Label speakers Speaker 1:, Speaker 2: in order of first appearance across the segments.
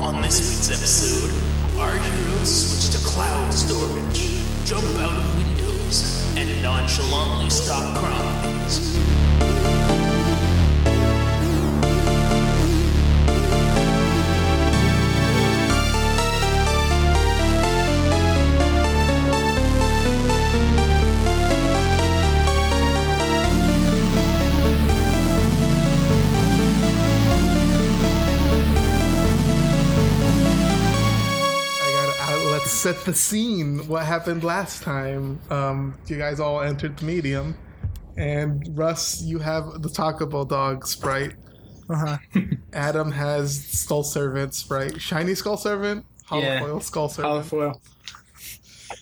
Speaker 1: On this week's episode, our heroes switch to cloud storage, jump out of windows, and nonchalantly stop crimes.
Speaker 2: I gotta I, let's set the scene. What happened last time? Um, you guys all entered the medium, and Russ, you have the Taco Bell dog sprite. Adam has skull servant sprite. Shiny skull servant. Hollow
Speaker 3: Yeah.
Speaker 2: foil skull servant.
Speaker 3: Holofoil.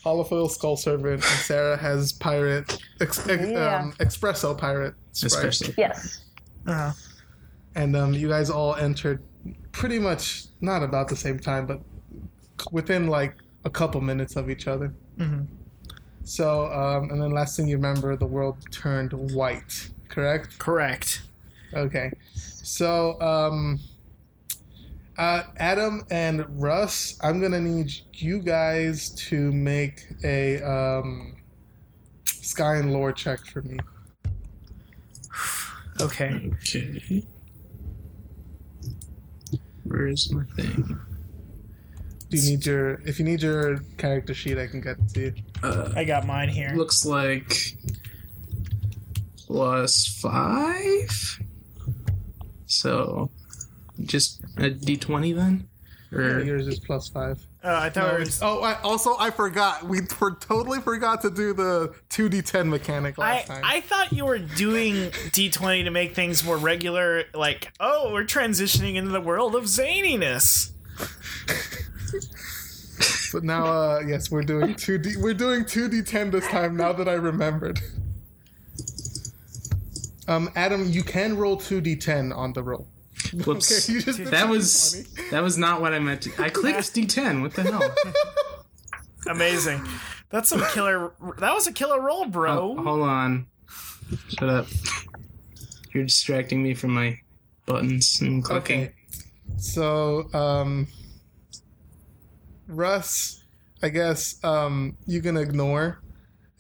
Speaker 2: Hollow foil skull servant. And Sarah has pirate ex, ex, um, espresso pirate sprite.
Speaker 3: Especially.
Speaker 4: Yes.
Speaker 2: and um, you guys all entered pretty much not about the same time, but c- within like a couple minutes of each other. So, um, and then last thing you remember, the world turned white. Correct.
Speaker 3: Correct.
Speaker 2: Okay. So, um, uh, Adam and Russ, I'm gonna need you guys to make a um, sky and lore check for me.
Speaker 3: Okay. Okay. Where is my thing?
Speaker 2: Do you need your? If you need your character sheet, I can get it to you.
Speaker 5: I got mine here.
Speaker 3: Looks like plus five. So, just a d20 then? Or
Speaker 2: Yours is plus five.
Speaker 5: Uh, I thought we were
Speaker 2: Oh, I, also I forgot. We for, totally forgot to do the two D ten mechanic
Speaker 5: I,
Speaker 2: last time.
Speaker 5: I thought you were doing D20 to make things more regular, like, oh, we're transitioning into the world of zaniness.
Speaker 2: but now, uh, yes, we're doing two D. We're doing two D ten this time. Now that I remembered. Um, Adam, you can roll two D ten on the roll.
Speaker 3: whoops.
Speaker 2: you just did
Speaker 3: that was that was not what I meant to. I clicked d10. What the hell?
Speaker 5: Amazing. That's some killer. That was a killer roll,
Speaker 3: Oh,
Speaker 5: bro.
Speaker 3: hold on. Shut up. You're distracting me from my buttons and clicking.
Speaker 2: Okay. So, um, Russ, I guess um, you can ignore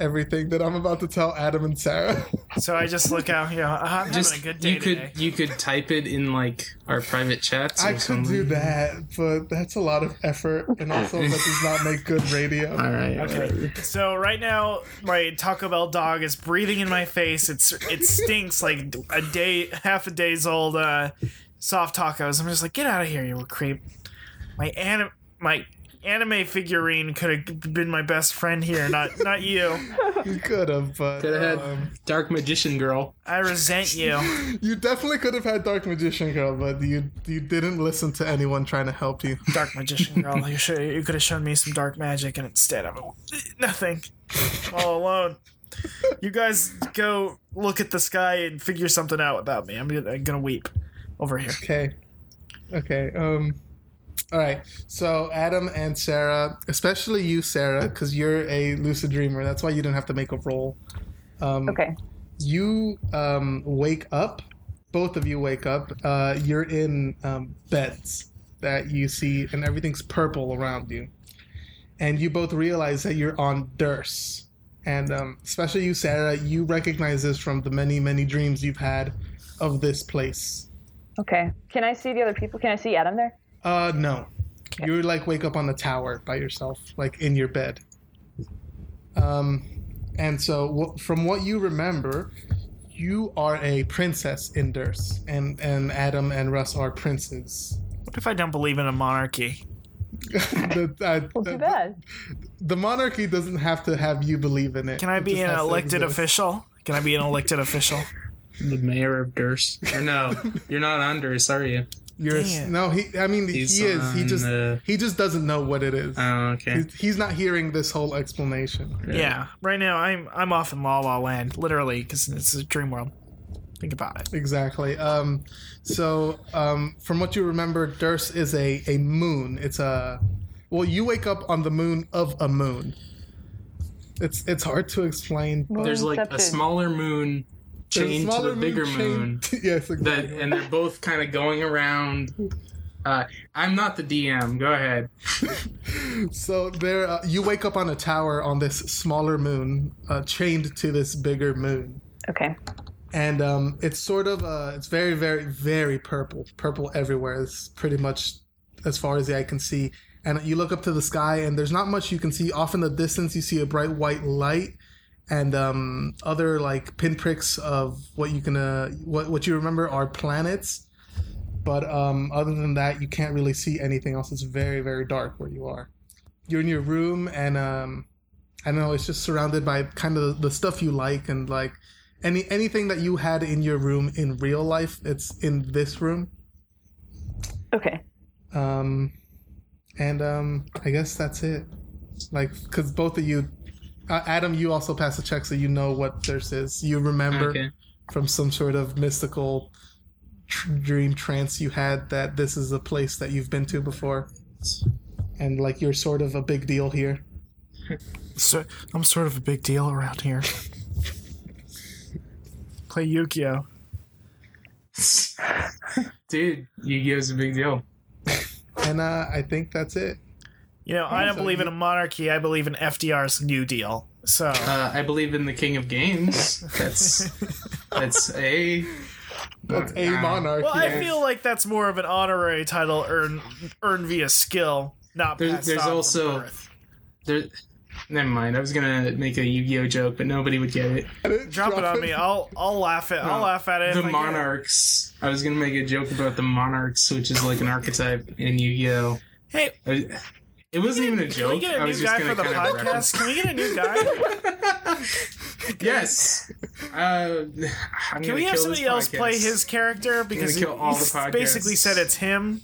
Speaker 2: everything that I'm about to tell Adam and Sarah.
Speaker 5: So I just look out, you know, I'm
Speaker 3: Just
Speaker 5: having a good day
Speaker 3: you could
Speaker 5: today.
Speaker 3: you could type it in like our private chats. Or
Speaker 2: I could
Speaker 3: something.
Speaker 2: do that, but that's a lot of effort, and also that does not make good radio.
Speaker 3: All right.
Speaker 5: Okay. So right now, my Taco Bell dog is breathing in my face. It's it stinks like a day, half a day's old uh, soft tacos. I'm just like, get out of here, you little creep. My anim, my anime figurine could have been my best friend here, not not you.
Speaker 2: You could have, but
Speaker 3: Could have had
Speaker 2: um,
Speaker 3: Dark Magician Girl.
Speaker 5: I resent you.
Speaker 2: you definitely could have had Dark Magician Girl, but you you didn't listen to anyone trying to help you.
Speaker 5: Dark magician girl, you should you could have shown me some dark magic, and instead I'm nothing, I'm all alone. You guys go look at the sky and figure something out about me. I'm gonna, I'm gonna weep over here.
Speaker 2: Okay, okay. Um, all right. So Adam and Sarah, especially you, Sarah, because you're a lucid dreamer. That's why you didn't have to make a roll. Um,
Speaker 4: Okay.
Speaker 2: you um, wake up both of you wake up uh, you're in um, beds that you see and everything's purple around you and you both realize that you're on durse and um, especially you sarah you recognize this from the many many dreams you've had of this place
Speaker 4: Okay. Can I see the other people? Can I see Adam there?
Speaker 2: uh no you like wake up on a tower by yourself like in your bed um and so wh- from what you remember you are a princess in Durst, and and Adam and Russ are princes.
Speaker 5: What if I don't believe in a monarchy?
Speaker 2: the, uh,
Speaker 4: Too
Speaker 2: the,
Speaker 4: bad.
Speaker 2: the monarchy doesn't have to have you believe in it.
Speaker 5: Can I
Speaker 2: It
Speaker 5: be
Speaker 2: just
Speaker 5: an
Speaker 2: has to
Speaker 5: elected
Speaker 2: exist.
Speaker 5: official? Can I be an elected official?
Speaker 3: The mayor of Durst. Or no, you're not on Durst, are you?
Speaker 2: You're a-
Speaker 5: Damn.
Speaker 2: no. He. I mean,
Speaker 3: He's
Speaker 2: he is. He
Speaker 3: on
Speaker 2: just.
Speaker 3: the-
Speaker 2: He just doesn't know what it is.
Speaker 3: Oh, okay.
Speaker 2: He's- He's not hearing this whole explanation.
Speaker 5: Yeah. Right now, I'm I'm off in La La Land, literally, because it's a dream world. Think about it.
Speaker 2: Exactly. Um, so, um, from what you remember, Durst is a, a moon. It's a well, you wake up on the moon of a moon. It's it's hard to explain. But
Speaker 3: There's like a
Speaker 4: Incepted.
Speaker 3: smaller moon
Speaker 2: there's a
Speaker 3: chained to
Speaker 2: smaller
Speaker 3: the bigger moon,
Speaker 2: chained- yes,
Speaker 3: that,
Speaker 2: exactly.
Speaker 3: and they're both kind of going around. Uh, I'm not the DM. Go ahead.
Speaker 2: so there, uh, you wake up on a tower on this smaller moon, uh, chained to this bigger moon.
Speaker 4: Okay.
Speaker 2: and um, it's sort of uh, it's very very very purple purple everywhere it's pretty much as far as the eye can see and you look up to the sky and there's not much you can see off in the distance you see a bright white light and um, other like pinpricks of what you can uh, what, what you remember are planets but um, other than that you can't really see anything else it's very very dark where you are you're in your room and um, i don't know it's just surrounded by kind of the stuff you like and like any anything that you had in your room in real life it's in this room
Speaker 4: Okay.
Speaker 2: um and um i guess that's it like because both of you uh, adam you also passed a check so you know what this is you remember
Speaker 3: Okay.
Speaker 2: from some sort of mystical tr- dream trance you had that this is a place that you've been to before and like you're sort of a big deal here
Speaker 5: So I'm sort of a big deal around here. Play Yukio.
Speaker 3: Dude, you give us a big deal.
Speaker 2: and uh i think that's it
Speaker 5: You know, I don't believe in a monarchy. I believe in FDR's New Deal. So
Speaker 3: Uh, I believe in the King of Games. That's that's a
Speaker 2: that's a
Speaker 3: Uh,
Speaker 2: monarchy
Speaker 5: Well, I feel like that's more of an honorary title earned earned via skill, not
Speaker 3: There's-
Speaker 5: passed
Speaker 3: there's
Speaker 5: on from
Speaker 3: also-
Speaker 5: birth.
Speaker 3: There, never mind. I was gonna make a Yu-Gi-Oh joke, but nobody would get it.
Speaker 5: Drop it on me. I'll I'll laugh at I'll laugh at it. if
Speaker 3: The
Speaker 5: I get it.
Speaker 3: Monarchs. I was gonna make a joke about the Monarchs, which is like an archetype in Yu-Gi-Oh.
Speaker 5: Hey,
Speaker 3: I- It wasn't even a
Speaker 5: can
Speaker 3: joke.
Speaker 5: we get
Speaker 3: I
Speaker 5: a
Speaker 3: was
Speaker 5: new
Speaker 3: just
Speaker 5: guy
Speaker 3: gonna
Speaker 5: for the
Speaker 3: kind of reference.
Speaker 5: podcast? Can we get a new guy?
Speaker 3: Yes. Uh, I'm
Speaker 5: Can we have somebody else play his character because
Speaker 3: kill all
Speaker 5: he's
Speaker 3: the podcasts.
Speaker 5: basically said it's him.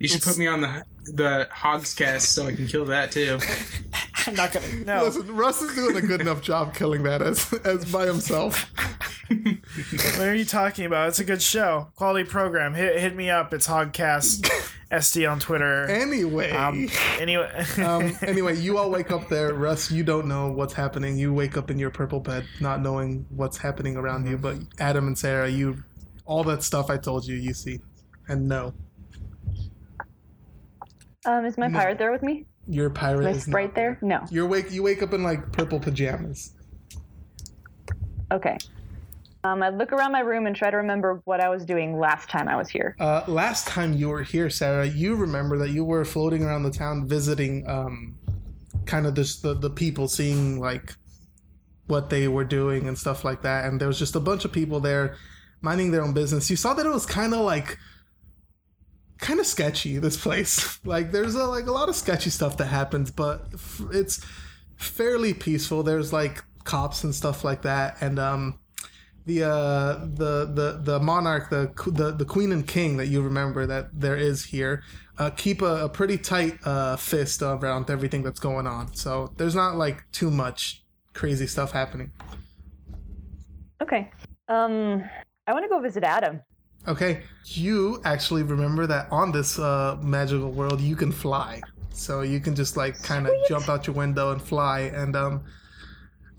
Speaker 3: You should put me on the the Hogs cast so I can kill that too.
Speaker 5: I'm not gonna. No,
Speaker 2: Listen, Russ is doing a good enough job killing that as as by himself.
Speaker 5: what are you talking about? It's a good show, quality program. Hit hit me up. It's Hogcast SD on Twitter.
Speaker 2: Anyway, um,
Speaker 5: Anyway,
Speaker 3: uh,
Speaker 2: anyway, you all wake up there. Russ, you don't know what's happening. You wake up in your purple bed, not knowing what's happening around you. But Adam and Sarah, you, all that stuff I told you, you see, and no,
Speaker 4: Um, is my pirate there with me?
Speaker 2: your pirate
Speaker 4: My
Speaker 2: is not-
Speaker 4: sprite there? No.
Speaker 2: You're wake. You wake up in like purple pajamas.
Speaker 4: Okay. Um, I look around my room and try to remember what I was doing last time I was here.
Speaker 2: Uh, last time you were here, Sarah, you remember that you were floating around the town visiting, um, kind of just the, the people, seeing like what they were doing and stuff like that. And there was just a bunch of people there minding their own business. You saw that it was kind of like kind of sketchy this place like there's a like a lot of sketchy stuff that happens but f- it's fairly peaceful there's like cops and stuff like that and um the uh the the the monarch the qu- the, the queen and king that you remember that there is here uh, keep a, a pretty tight uh, fist around everything that's going on so there's not like too much crazy stuff happening
Speaker 4: Okay. Um, I want to go visit Adam.
Speaker 2: okay you actually remember that on this uh, magical world you can fly so you can just like kind of jump out your window and fly and um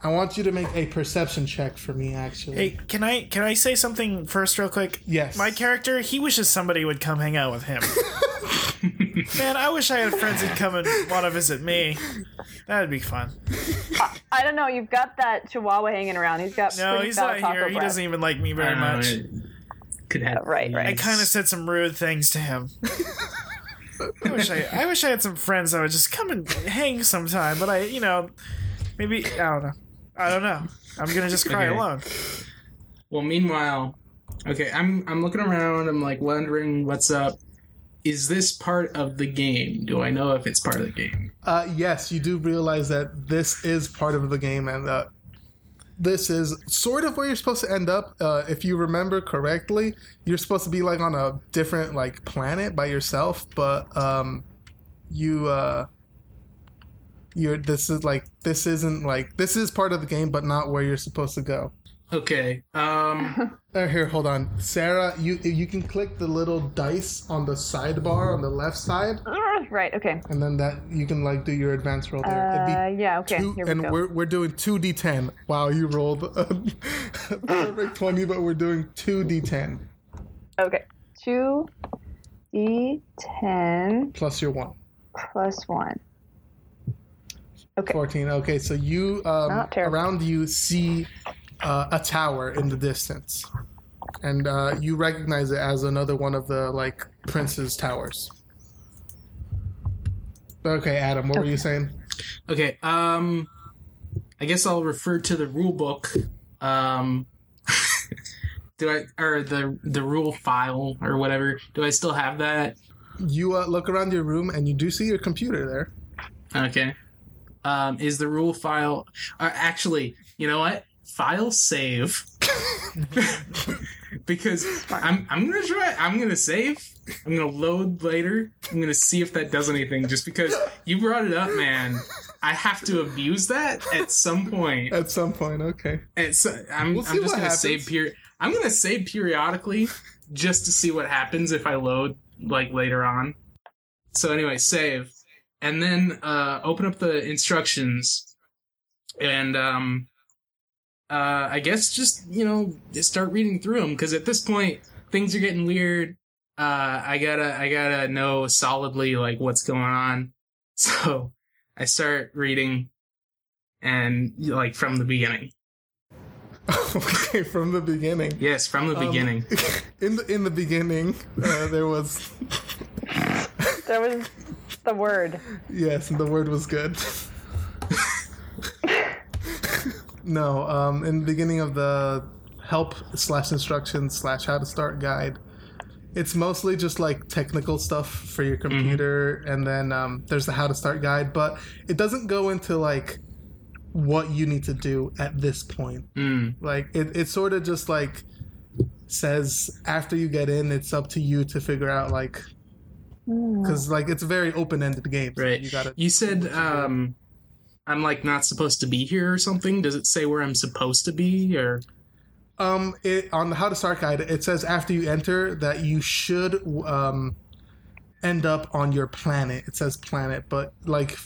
Speaker 2: i want you to make a perception check for me actually
Speaker 5: Hey, can I can I say something first, real quick?
Speaker 2: Yes.
Speaker 5: My character, he wishes somebody would come hang out with him. Man, I wish I had friends who'd come and want to visit me. That'd be fun.
Speaker 4: I don't know. You've got that Chihuahua hanging around. He's got
Speaker 5: No,
Speaker 4: pretty
Speaker 5: he's
Speaker 4: foul
Speaker 5: not
Speaker 4: taco
Speaker 5: here. He
Speaker 4: breath.
Speaker 5: doesn't even like me very
Speaker 3: Uh,
Speaker 5: much.
Speaker 3: it Could have
Speaker 4: Uh, Right, right.
Speaker 5: I kind of said some rude things to him. I wish I, I wish I had some friends that would just come and hang sometime. But I, you know, maybe I don't know. I don't know. I'm gonna just cry
Speaker 3: Okay.
Speaker 5: alone.
Speaker 3: Well, meanwhile, okay, I'm I'm looking around. I'm like wondering what's up. Is this part of the game? Do I know if it's part of the game?
Speaker 2: Uh, yes, you do realize that this is part of the game, and uh, this is sort of where you're supposed to end up. Uh, if you remember correctly, you're supposed to be like on a different like planet by yourself, but um, you uh, you're this is like this isn't like this is part of the game, but not where you're supposed to go.
Speaker 3: Okay. Um.
Speaker 2: Uh, here, hold on, Sarah. You you can click the little dice on the sidebar on the left side,
Speaker 4: Ah, Right. Okay.
Speaker 2: and then that you can like do your advanced roll there. It'd be
Speaker 4: Uh, yeah. Okay.
Speaker 2: two-
Speaker 4: Here we
Speaker 2: and
Speaker 4: go.
Speaker 2: are we're doing two d10. Wow, you rolled a perfect twenty, but we're doing two d10
Speaker 4: Okay. Two E d10
Speaker 2: plus your one.
Speaker 4: plus one. Okay.
Speaker 2: 14. Okay, so you um,
Speaker 4: Not terrible.
Speaker 2: around you see uh, a tower in the distance, and uh, you recognize it as another one of the like prince's towers. Okay, Adam, what were you saying?
Speaker 3: Okay. Um. I guess I'll refer to the rule book. Um. do I or the the rule file or whatever? Do I still have that?
Speaker 2: You uh, look around your room and you do see your computer there.
Speaker 3: Okay. Um. Is the rule file? Uh, actually, you know what? File save. because I'm I'm gonna try. I'm gonna save. I'm gonna load later. I'm gonna see if that does anything. Just because you brought it up, man. I have to abuse that at some point.
Speaker 2: At some point, okay.
Speaker 3: And so I'm,
Speaker 2: We'll see
Speaker 3: I'm just
Speaker 2: what
Speaker 3: gonna
Speaker 2: happens.
Speaker 3: save peri- I'm gonna save periodically just to see what happens if I load like later on. So anyway, save, and then uh, open up the instructions, and um, uh, I guess just you know just start reading through them because at this point things are getting weird. Uh, I gotta I gotta know solidly like what's going on. So I start reading, and like from the beginning.
Speaker 2: okay, from the beginning.
Speaker 3: Yes, from
Speaker 2: Um,
Speaker 3: the beginning.
Speaker 2: In the in the beginning, uh, there was
Speaker 4: There was the word.
Speaker 2: yes, the word was good. no, um, in the beginning of the help slash instructions slash how to start guide, it's mostly just like technical stuff for your computer, and then um, there's the how to start guide, but it doesn't go into like what you need to do at this point.
Speaker 3: Hmm,
Speaker 2: Like it, it sort of just like says after you get in, it's up to you to figure out like because like it's a very open-ended game. so
Speaker 3: Right.
Speaker 2: You got it.
Speaker 3: You said um, I'm like not supposed to be here or something. Does it say where I'm supposed to be or?
Speaker 2: Um, it, on the how to start guide, it says after you enter that you should um end up on your planet. It says planet, but like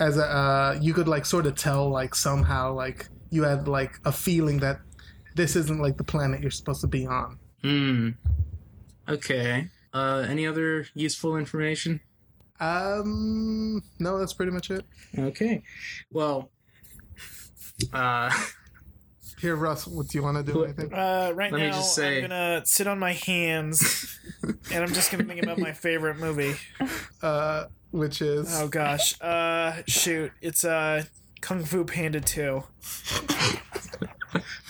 Speaker 2: as a uh, you could like sort of tell like somehow like you had like a feeling that this isn't like the planet you're supposed to be on.
Speaker 3: Hmm. Okay. Uh, any other useful information?
Speaker 2: Um, no, that's pretty much it.
Speaker 3: Okay. Well. Uh,
Speaker 2: Here, Russ, what do you want to do? Anything?
Speaker 5: Uh, right
Speaker 3: Let
Speaker 5: now,
Speaker 3: me just say-
Speaker 5: I'm gonna sit on my hands, and I'm just gonna think about my favorite movie.
Speaker 2: Uh, which is
Speaker 5: Oh gosh, uh, shoot, it's uh, Kung Fu Panda Two.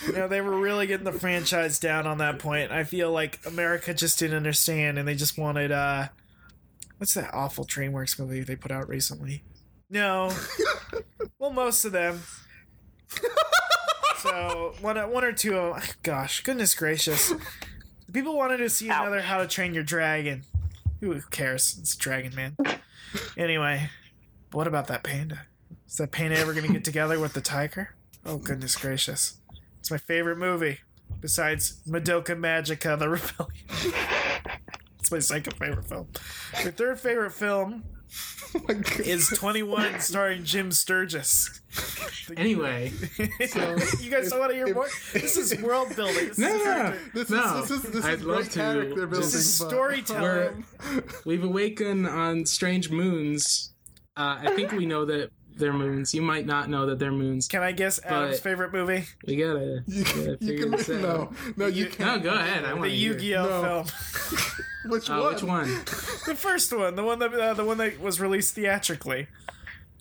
Speaker 5: you know they were really getting the franchise down on that point. I feel like America just didn't understand, and they just wanted uh, what's that awful DreamWorks movie they put out recently? No, well, most of them. so one, one or two of 'em- Gosh, goodness gracious! People wanted to see another How to Train Your Dragon. Who cares? It's Dragon Man. Anyway, what about that panda? Is that panda ever going to get together with the tiger? Oh, goodness gracious. It's my favorite movie, besides Madoka Magica The Rebellion. it's my second favorite film. My third favorite film is 21, starring Jim Sturgis.
Speaker 3: anyway.
Speaker 5: you guys don't want to hear more? This is world building. This
Speaker 3: No,
Speaker 5: is,
Speaker 3: no,
Speaker 2: This
Speaker 3: no.
Speaker 2: is this is this
Speaker 3: I'd
Speaker 2: is
Speaker 3: love
Speaker 2: great
Speaker 3: to
Speaker 2: character building.
Speaker 5: this is
Speaker 2: but-
Speaker 3: We're,
Speaker 5: storytelling.
Speaker 3: we've awakened on strange moons. Uh, I think we know that they're moons. You might not know that they're moons.
Speaker 5: Can I guess Adam's
Speaker 3: But-
Speaker 5: favorite movie?
Speaker 3: We gotta,
Speaker 2: You
Speaker 3: gotta
Speaker 2: can, you
Speaker 3: figure
Speaker 2: can
Speaker 3: this out.
Speaker 2: no, no, you
Speaker 3: No,
Speaker 2: can't.
Speaker 3: go ahead. I
Speaker 5: The
Speaker 3: want to
Speaker 5: Yu Gi
Speaker 2: No.
Speaker 5: Oh film.
Speaker 2: Which
Speaker 3: Uh,
Speaker 2: one?
Speaker 3: which one?
Speaker 5: The first one, the one that uh, the one that was released theatrically.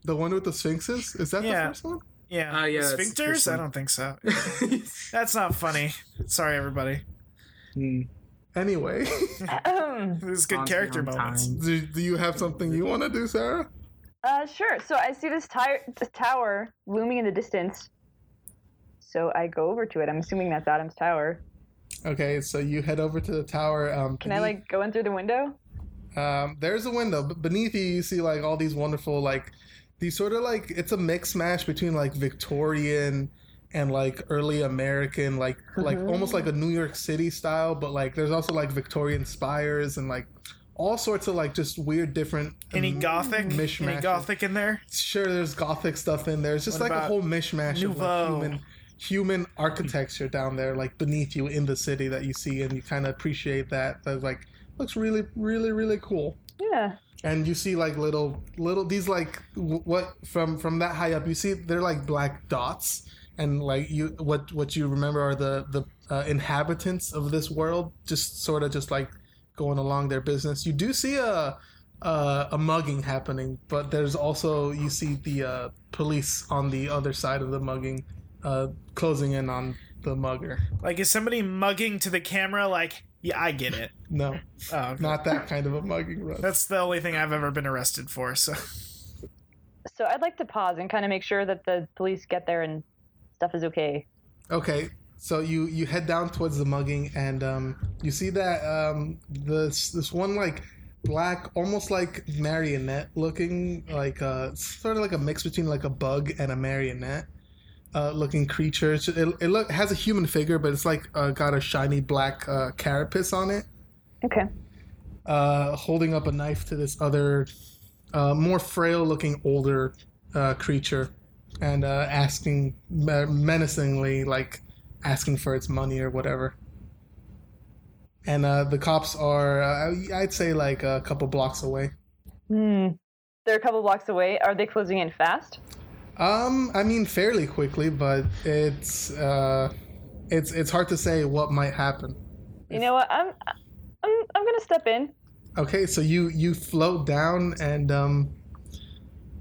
Speaker 2: The one with the sphinxes? Is that
Speaker 5: Yeah.
Speaker 2: the first one?
Speaker 5: Yeah,
Speaker 3: Ah, yeah,
Speaker 5: The
Speaker 3: that's the first
Speaker 5: sphincters. I
Speaker 3: one.
Speaker 5: don't think so. that's not funny. Sorry, everybody.
Speaker 2: Anyway,
Speaker 5: This is good
Speaker 3: On-
Speaker 5: character
Speaker 3: on
Speaker 5: moments.
Speaker 3: time.
Speaker 2: do, do you have something you want to do, Sarah?
Speaker 4: Uh, sure. So I see this, ti- this tower looming in the distance. So I go over to it. I'm assuming that's Adam's tower.
Speaker 2: Okay, so you head over to the tower. Um,
Speaker 4: Can I like go in through the window?
Speaker 2: Um, there's a window, but beneath you, you see like all these wonderful, like these sort of like it's a mix mash between like Victorian and like early American, like like almost like a New York City style, but like there's also like Victorian spires and like all sorts of like just weird different.
Speaker 5: Any gothic? Any
Speaker 2: Mishmash.
Speaker 5: gothic in there?
Speaker 2: Sure, there's gothic stuff in there. It's just
Speaker 5: What
Speaker 2: like a
Speaker 5: about
Speaker 2: whole mishmash of like,
Speaker 5: Nouveau?
Speaker 2: human human architecture down there, like beneath you in the city that you see, and you kind of appreciate that. That's like looks really, really, really cool
Speaker 4: Yeah.
Speaker 2: and you see like little little these like w- what from from that high up you see they're like black dots and like you what what you remember are the the uh, inhabitants of this world just sort of just like going along their business you do see a uh, a mugging happening but there's also you see the uh, police on the other side of the mugging uh, closing in on the mugger
Speaker 5: Like, is somebody mugging to the camera? Like, yeah, I get it.
Speaker 2: no
Speaker 5: Oh, okay.
Speaker 2: not that kind of a mugging run
Speaker 5: That's the only thing I've ever been arrested for. So,
Speaker 4: So I'd like to pause and kind of make sure that the police get there and stuff is okay.
Speaker 2: Okay, so you you head down towards the mugging, and um, you see that um, this this one like black, almost like marionette looking, like uh, sort of like a mix between like a bug and a marionette. Uh, looking creature. It's- It, it look has a human figure, but it's like uh, got a shiny black uh, carapace on it,
Speaker 4: Okay.
Speaker 2: uh, holding up a knife to this other, uh, more frail-looking older uh, creature, and uh, asking me- menacingly, like asking for its money or whatever. And uh, the cops are, uh, I'd say, like a couple blocks away.
Speaker 4: Hmm. They're a couple blocks away. Are they closing in fast?
Speaker 2: Um, I mean, fairly quickly, but it's uh, it's it's hard to say what might happen.
Speaker 4: You know what? I'm I'm I'm gonna step in.
Speaker 2: Okay, so you you float down, and um,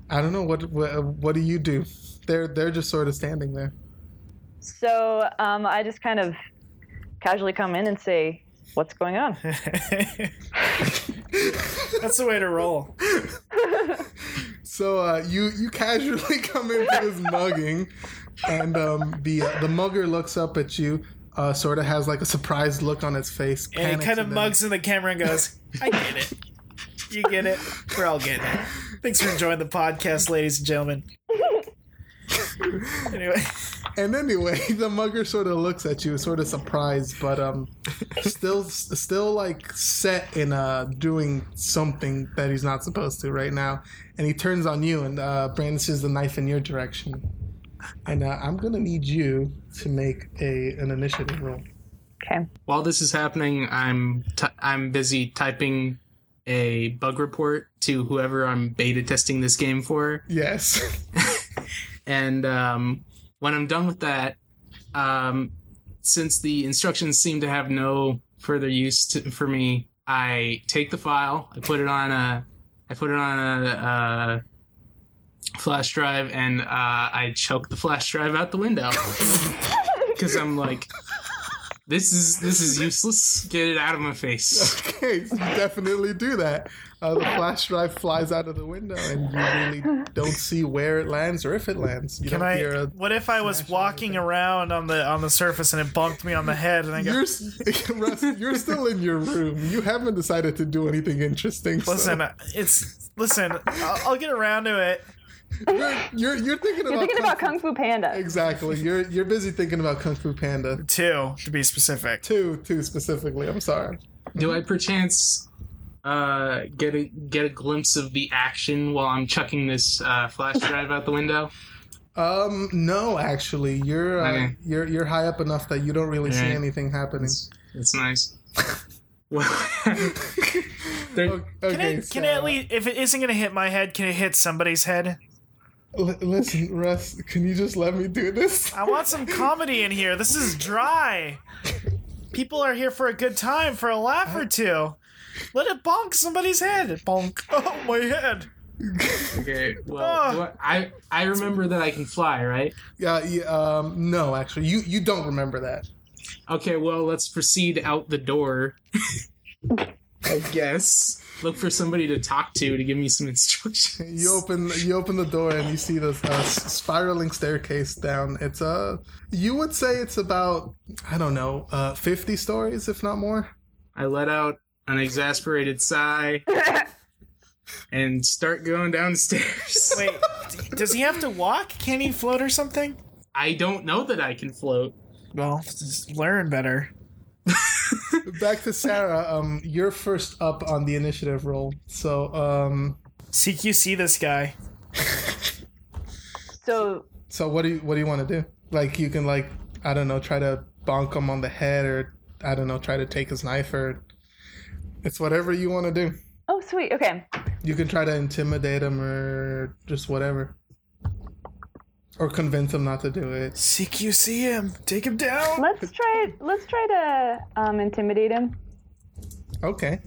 Speaker 2: I don't know what what, what do you do? They're they're just sort of standing there.
Speaker 4: So um, I just kind of casually come in and say, "What's going on?"
Speaker 5: that's the way to roll.
Speaker 2: So uh, you you casually come in for this mugging, and um, the uh, the mugger looks up at you, uh, sort of has like a surprised look on its face,
Speaker 5: And
Speaker 2: panics,
Speaker 5: he kind of
Speaker 2: and then-
Speaker 5: mugs in the camera and goes, I get it. You get it. We're all getting it. Thanks for enjoying the podcast, ladies and gentlemen. anyway,
Speaker 2: And anyway, the mugger sort of looks at you, sort of surprised, but um, still, still like set in uh doing something that he's not supposed to right now. And he turns on you and uh, brandishes the knife in your direction. And uh, I'm gonna need you to make a an initiative roll.
Speaker 4: Okay.
Speaker 3: While this is happening, I'm t- I'm busy typing a bug report to whoever I'm beta testing this game for.
Speaker 2: Yes.
Speaker 3: And um, when I'm done with that, um, since the instructions seem to have no further use to, for me, I take the file, I put it on a, I put it on a, uh flash drive, and uh, I choke the flash drive out the window because I'm like, this is this is useless. Get it out of my face.
Speaker 2: okay, so definitely do that. Uh, the flash drive flies out of the window, and you really don't see where it lands or if it lands. You
Speaker 5: can
Speaker 2: don't
Speaker 5: I?
Speaker 2: hear a
Speaker 5: What if I was
Speaker 2: smash
Speaker 5: walking around on the on the surface and it bonked me on the head and I go,
Speaker 2: You're, s- Russ, you're still in your room. You haven't decided to do anything interesting. so-
Speaker 5: Listen, uh, it's listen. I'll, I'll get around to it.
Speaker 2: you're, you're, you're thinking about
Speaker 4: You're thinking about
Speaker 2: Kung
Speaker 4: Kung Fu Panda.
Speaker 2: Exactly. You're you're busy thinking about Kung Fu Panda.
Speaker 5: Two, to be specific.
Speaker 2: Two, two specifically. I'm sorry.
Speaker 3: Do I perchance uh, get a get a glimpse of the action while I'm chucking this uh, flash drive out the window?
Speaker 2: Um, no, actually, you're uh,
Speaker 3: Okay.
Speaker 2: you're you're high up enough that you don't really see
Speaker 3: Alright.
Speaker 2: anything happening.
Speaker 3: That's nice. Well, there-
Speaker 2: O-
Speaker 5: Can
Speaker 2: Okay.
Speaker 5: it? Can
Speaker 2: so-
Speaker 5: it at least? If it isn't gonna hit my head, can it hit somebody's head?
Speaker 2: L- listen, Russ. Can you just let me do this?
Speaker 5: I want some comedy in here. This is dry. People are here for a good time, for a laugh or two. Let it bonk somebody's head. Bonk. Oh, my head.
Speaker 3: okay. Well, do I, I I remember that I can fly, right?
Speaker 2: Yeah. yeah um. No, actually, you you don't remember that.
Speaker 3: Okay. Well, let's proceed out the door. I guess. Look for somebody to talk to to give me some instructions.
Speaker 2: You open you open the door and you see this uh, s- spiraling staircase down. It's uh, you would say it's about I don't know, uh, fifty stories if not more.
Speaker 3: I let out an exasperated sigh and start going downstairs.
Speaker 5: Wait, d- does he have to walk? Can he float or something?
Speaker 3: I don't know that I can float.
Speaker 5: Well, just learn better.
Speaker 2: Back to Sarah. Um, you're first up on the initiative roll. So um,
Speaker 5: CQC this guy.
Speaker 4: So
Speaker 2: so what do you what do you want to do? Like you can like I don't know, try to bonk him on the head or I don't know, try to take his knife or it's whatever you want to do.
Speaker 4: oh sweet, okay.
Speaker 2: You can try to intimidate him or just whatever. Or convince him not to do it.
Speaker 5: CQC him. Take him down.
Speaker 4: Let's try let's try to um, intimidate him.
Speaker 2: Okay.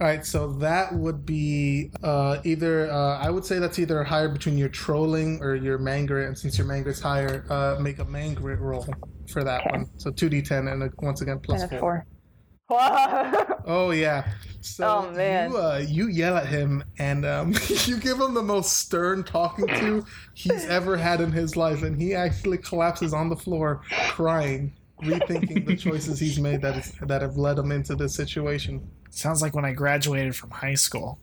Speaker 2: All right, so that would be uh, either, uh, I would say that's either higher between your trolling or your mangrit. And since your mangrit's higher, uh, make a mangrit roll for that one. So 2d10 and a, once again, plus
Speaker 4: That's
Speaker 2: four.
Speaker 4: four.
Speaker 2: Oh, yeah. So
Speaker 4: Oh, man.
Speaker 2: You, uh, you yell at him and um, you give him the most stern talking to he's ever had in his life. And he actually collapses on the floor crying, rethinking the choices he's made that, is, that have led him into this situation.
Speaker 5: Sounds like when I graduated from high school.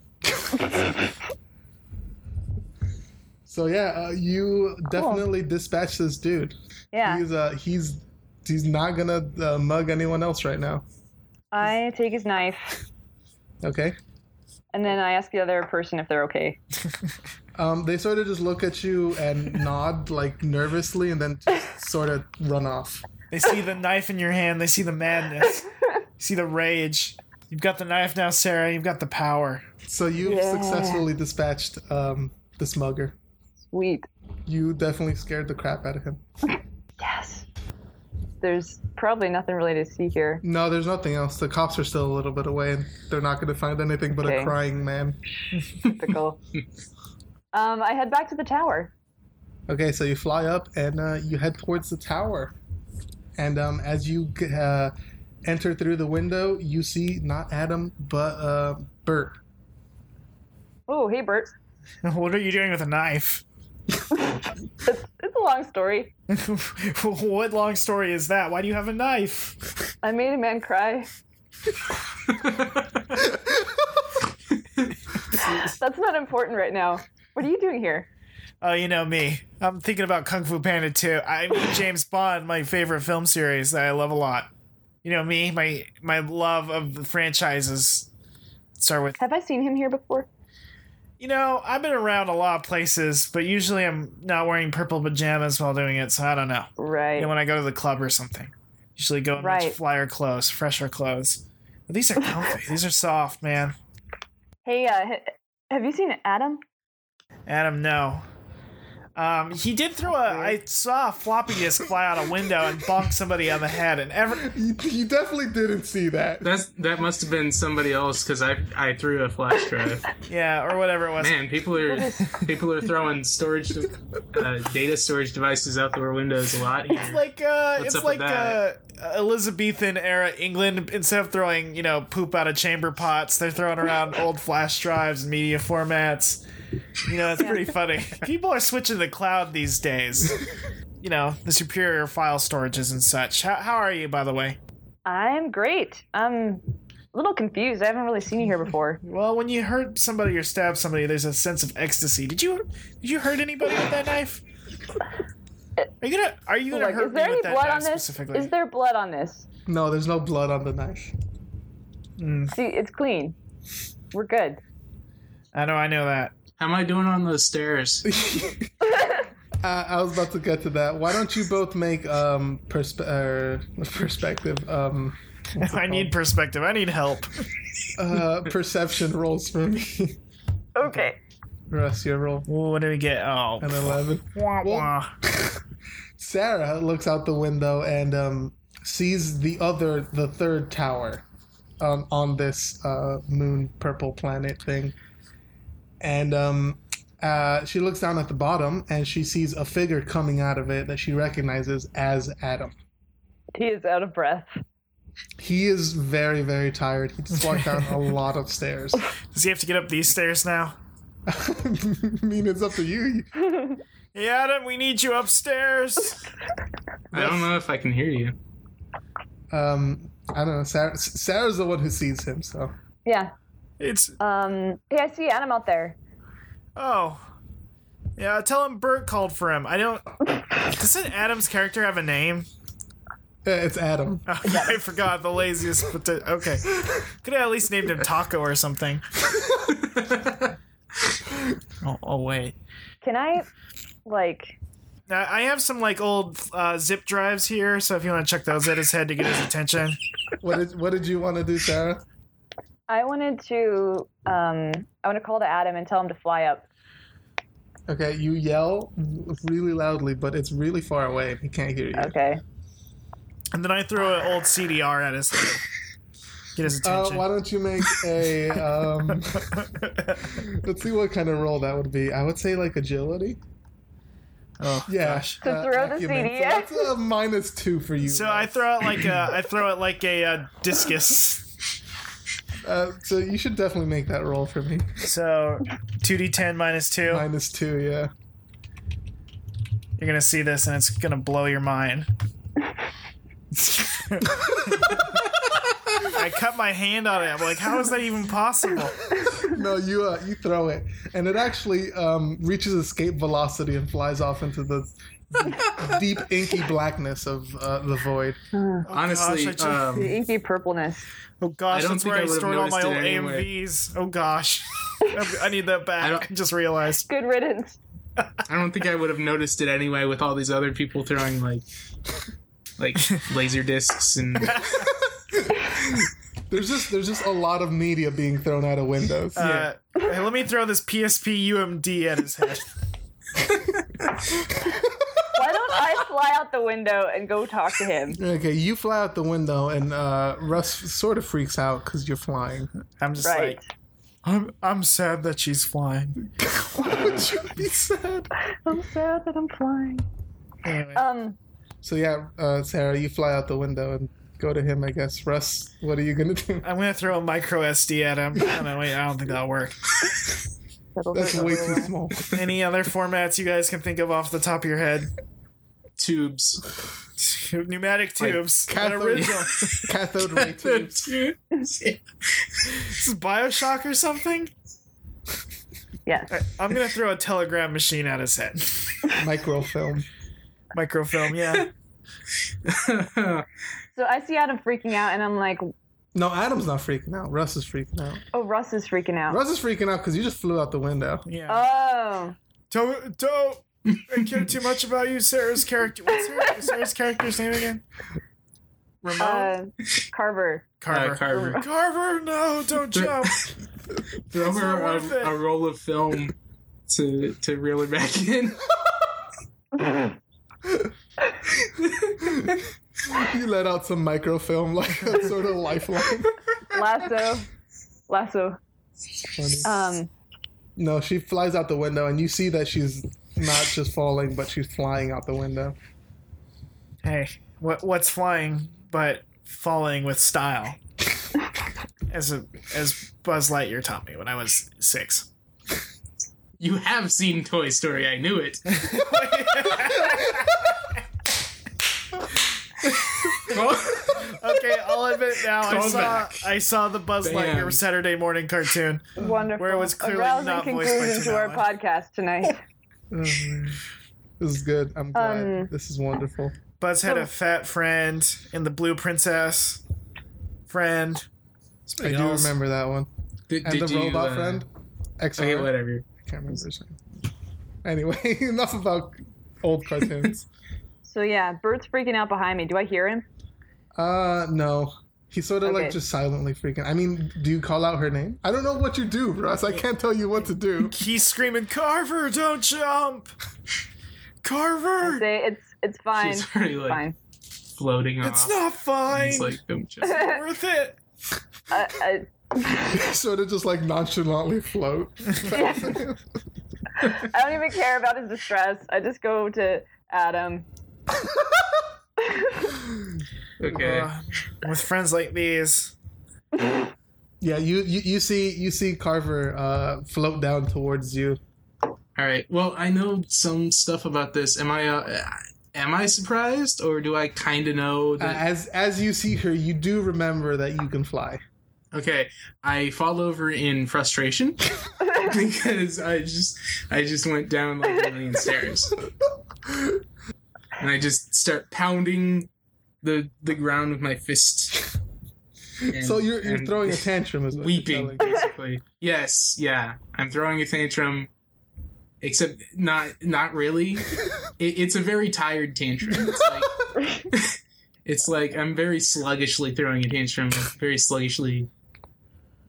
Speaker 2: So yeah, uh, you definitely dispatch this dude.
Speaker 4: yeah.
Speaker 2: He's uh he's he's not gonna uh, mug anyone else right now.
Speaker 4: I take his knife
Speaker 2: Okay.
Speaker 4: and then I ask the other person if they're okay.
Speaker 2: Um, they sort of just look at you and nod like nervously, and then just sort of run off.
Speaker 5: They see the knife in your hand. They see the madness. see the rage. You've got the knife now, Sarah. You've got the power.
Speaker 2: So you've successfully dispatched um this mugger.
Speaker 4: Sweet.
Speaker 2: You definitely scared the crap out of him.
Speaker 4: Yes. There's probably nothing really to see here.
Speaker 2: No, there's nothing else. The cops are still a little bit away, and they're not gonna find anything but a
Speaker 4: Okay.
Speaker 2: crying man.
Speaker 4: Typical. um, I head back to the tower.
Speaker 2: Okay, so you fly up and uh, you head towards the tower. And um, as you g- uh, enter through the window, you see not Adam, but uh, Bert.
Speaker 4: Oh, hey Bert.
Speaker 5: What are you doing with a knife?
Speaker 4: It's, it's a long story.
Speaker 5: what long story is that? Why do you have a knife?
Speaker 4: I made a man cry. That's not important right now. What are you doing here?
Speaker 5: Oh, you know me. I'm thinking about Kung Fu Panda 2. I mean, James Bond, my favorite film series that I love a lot. You know me, my my love of the franchises start with.
Speaker 4: Have I seen him here before?
Speaker 5: You know, I've been around a lot of places, but usually I'm not wearing purple pajamas while doing it, so I don't know.
Speaker 4: Right.
Speaker 5: You know, when I go to the club or something, usually go in
Speaker 4: Right.
Speaker 5: much flyer clothes, fresher clothes. But these are comfy. these are soft, man.
Speaker 4: Hey, uh, ha- have you seen Adam?
Speaker 5: Adam, no. Um, he did throw a. I saw a floppy disk fly out a window and bonk somebody on the head, and every
Speaker 2: You, you definitely didn't see that.
Speaker 3: That's that must have been somebody else because I I threw a flash drive.
Speaker 5: yeah, or whatever it was.
Speaker 3: Man, people are people are throwing storage uh, data storage devices out their windows a lot.
Speaker 5: It's
Speaker 3: Here.
Speaker 5: like uh,
Speaker 3: What's
Speaker 5: it's
Speaker 3: up with
Speaker 5: like uh, Elizabethan era England. Instead of throwing you know poop out of chamber pots, they're throwing around old flash drives and media formats. You know, it's pretty funny. People are switching to the cloud these days. You know, the superior file storages and such. How, how are you, by the way?
Speaker 4: I'm great. I'm a little confused. I haven't really seen you here before.
Speaker 5: Well, when you hurt somebody or stab somebody, there's a sense of ecstasy. Did you did you hurt anybody with that knife? Are you gonna are you gonna
Speaker 4: Like,
Speaker 5: hurt
Speaker 4: is there
Speaker 5: me
Speaker 4: any
Speaker 5: with that
Speaker 4: blood
Speaker 5: knife
Speaker 4: on this?
Speaker 5: specifically?
Speaker 4: Is there blood on this?
Speaker 2: No, there's no blood on the knife.
Speaker 4: See, it's clean. We're good.
Speaker 5: I know I know that.
Speaker 3: How am I doing on those stairs?
Speaker 2: I, I was about to get to that. Why don't you both make um perspe- er, perspective um
Speaker 5: I need perspective. I need help.
Speaker 2: uh, perception rolls for me?
Speaker 4: Okay.
Speaker 2: Russ, your roll
Speaker 5: Well, what do we get? Oh,
Speaker 2: an eleven.
Speaker 5: wah, wah.
Speaker 2: Sarah looks out the window and um, sees the other, the third tower um, on this uh, moon purple planet thing. And um, uh, she looks down at the bottom and she sees a figure coming out of it that she recognizes as Adam.
Speaker 4: He is out of breath.
Speaker 2: He is very, very tired. He just walked down a lot of stairs.
Speaker 5: Does he have to get up these stairs now?
Speaker 2: I mean, it's up to you.
Speaker 5: Hey, Adam, we need you upstairs.
Speaker 3: I don't know if I can hear you.
Speaker 2: Um, I don't know. Sarah, Sarah's the one who sees him, so.
Speaker 4: Yeah.
Speaker 5: It's
Speaker 4: Um, hey, I see Adam out there.
Speaker 5: oh, yeah. Tell him Bert called for him. I don't. Doesn't Adam's character have a name?
Speaker 2: Uh, It's Adam.
Speaker 5: Oh, I forgot the laziest. But the, okay, could have at least named him Taco or something. oh, oh wait.
Speaker 4: Can I, like,
Speaker 5: Now, I have some like old uh, zip drives here, so if you want to check those at his head to get his attention.
Speaker 2: What did, what did you want to do, Sarah?
Speaker 4: I wanted to, um, I want to call to Adam and tell him to fly up.
Speaker 2: Okay, you yell really loudly, but it's really far away. He can't hear you.
Speaker 4: Okay.
Speaker 5: And then I throw an old CDR at his head. Get his
Speaker 2: Uh,
Speaker 5: attention.
Speaker 2: why don't you make a. Um, let's see what kind of roll that would be. I would say like agility.
Speaker 5: Oh,
Speaker 2: Yeah. Uh,
Speaker 4: To throw the
Speaker 2: acumen.
Speaker 4: CD,
Speaker 2: So
Speaker 4: yeah.
Speaker 2: that's a minus two for you.
Speaker 5: So I throw it like a, I throw it like a uh, discus.
Speaker 2: Uh, so you should definitely make that roll for me.
Speaker 5: So, two d ten minus two.
Speaker 2: Minus two, yeah.
Speaker 5: You're gonna see this, and it's gonna blow your mind. I cut my hand on it. I'm like, how is that even possible?
Speaker 2: No, you uh, you throw it, and it actually um, reaches escape velocity and flies off into the deep inky blackness of uh, the void.
Speaker 3: Honestly,
Speaker 5: Oh, gosh, I just-
Speaker 4: The
Speaker 3: um,
Speaker 4: inky purpleness.
Speaker 5: Oh gosh,
Speaker 3: I don't
Speaker 5: that's
Speaker 3: think
Speaker 5: where
Speaker 3: I
Speaker 5: I,
Speaker 3: would've
Speaker 5: stored all my
Speaker 3: noticed
Speaker 5: old
Speaker 3: it anyway.
Speaker 5: AMVs. Oh gosh, I need that back. I
Speaker 3: don't-
Speaker 5: just realized.
Speaker 4: Good riddance.
Speaker 3: I don't think I would have noticed it anyway with all these other people throwing like like laser discs and
Speaker 2: There's just there's just a lot of media being thrown out of windows.
Speaker 5: Uh, hey, let me throw this PSP UMD at his head.
Speaker 4: Why don't I fly out the window and go talk to him?
Speaker 2: okay, you fly out the window, and uh, Russ sort of freaks out because you're flying.
Speaker 5: I'm just
Speaker 4: Right.
Speaker 5: like, I'm I'm sad that she's flying.
Speaker 2: Why would you be sad?
Speaker 4: I'm sad that I'm flying.
Speaker 5: Anyway.
Speaker 4: Um,
Speaker 2: So yeah, uh, Sarah, you fly out the window and go to him. I guess Russ, what are you gonna do?
Speaker 5: I'm gonna throw a micro SD at him. I don't, wait, I don't think that'll work.
Speaker 4: that'll
Speaker 2: That's
Speaker 4: hurt
Speaker 2: way
Speaker 4: really
Speaker 2: too
Speaker 4: well.
Speaker 2: small.
Speaker 5: Any other formats you guys can think of off the top of your head?
Speaker 3: tubes.
Speaker 5: Pneumatic tubes. An
Speaker 2: cathode-
Speaker 5: original.
Speaker 2: Cathode ray tubes.
Speaker 5: This is Bioshock or something.
Speaker 4: Yes.
Speaker 5: I'm gonna throw a telegram machine at his head.
Speaker 2: microfilm.
Speaker 5: Microfilm, yeah.
Speaker 4: So I see Adam freaking out, and I'm like,
Speaker 2: No, Adam's not freaking out. Russ is freaking out.
Speaker 4: oh, Russ is freaking out.
Speaker 2: Russ is freaking out because you just flew out the window.
Speaker 5: Yeah.
Speaker 4: Oh,
Speaker 5: don't don't. I care too much about you, Sarah's character. What's Sarah, Sarah's character's name again? Ramon
Speaker 4: uh, Carver.
Speaker 3: Uh,
Speaker 5: Carver.
Speaker 3: Carver.
Speaker 5: Carver, no, don't jump.
Speaker 3: Throw her
Speaker 5: not worth it.
Speaker 3: a, a roll of film to to reel it back in.
Speaker 2: You let out some microfilm like a sort of lifeline.
Speaker 4: Lasso. Lasso. Um,
Speaker 2: No, she flies out the window, and you see that she's not just falling, but she's flying out the window.
Speaker 5: Hey, what what's flying but falling with style? as a as Buzz Lightyear taught me when I was six.
Speaker 3: You have seen Toy Story, I knew it.
Speaker 5: Okay, I'll admit now I saw
Speaker 3: Callback.
Speaker 5: I saw the Buzz
Speaker 3: Damn.
Speaker 5: Lightyear Saturday morning cartoon.
Speaker 4: wonderful.
Speaker 5: Where it was clearly
Speaker 4: Arousing
Speaker 5: not voiced by
Speaker 4: conclusion to our
Speaker 5: Tinelli.
Speaker 4: podcast tonight.
Speaker 2: This is good. I'm glad.
Speaker 4: Um,
Speaker 2: this is wonderful.
Speaker 5: Buzz had a fat friend and the blue princess friend.
Speaker 2: I do
Speaker 5: else?
Speaker 2: remember that one.
Speaker 3: Did,
Speaker 2: And
Speaker 3: did
Speaker 2: the
Speaker 3: you,
Speaker 2: robot
Speaker 3: uh,
Speaker 2: friend.
Speaker 3: Okay,
Speaker 2: Excellent.
Speaker 3: whatever.
Speaker 2: I can't remember his name. Anyway, enough about old cartoons.
Speaker 4: So yeah, Bert's freaking out behind me. Do I hear him?
Speaker 2: Uh, no. He's sort of like
Speaker 4: Okay.
Speaker 2: just silently freaking. I mean, do you call out her name? I don't know what you do, Russ. I can't tell you what to do.
Speaker 5: He's screaming, Carver, don't jump! Carver!
Speaker 4: Say it's it's fine.
Speaker 3: She's already like
Speaker 4: fine.
Speaker 3: floating
Speaker 5: It's
Speaker 3: off.
Speaker 5: not fine!
Speaker 3: It's like don't jump.
Speaker 5: worth it!
Speaker 4: Uh, uh,
Speaker 2: sort of just like nonchalantly float.
Speaker 4: I don't even care about his distress. I just go to Adam.
Speaker 3: Okay.
Speaker 5: Uh, with friends like these.
Speaker 2: Yeah, you, you, you see you see Carver uh, float down towards you.
Speaker 3: All right. Well, I know some stuff about this. Am I uh, am I surprised or do I kind of know
Speaker 2: Uh,
Speaker 3: that
Speaker 2: as as you see her, you do remember that you can fly.
Speaker 3: Okay, I fall over in frustration because I just I just went down like a million stairs. And I just start pounding the the ground with my fist. And-
Speaker 2: so you're you're
Speaker 3: and
Speaker 2: throwing a tantrum as well.
Speaker 3: weeping basically. Yes, yeah. I'm throwing a tantrum except not not really. It, it's a very tired tantrum. It's like it's like I'm very sluggishly throwing a tantrum, very sluggishly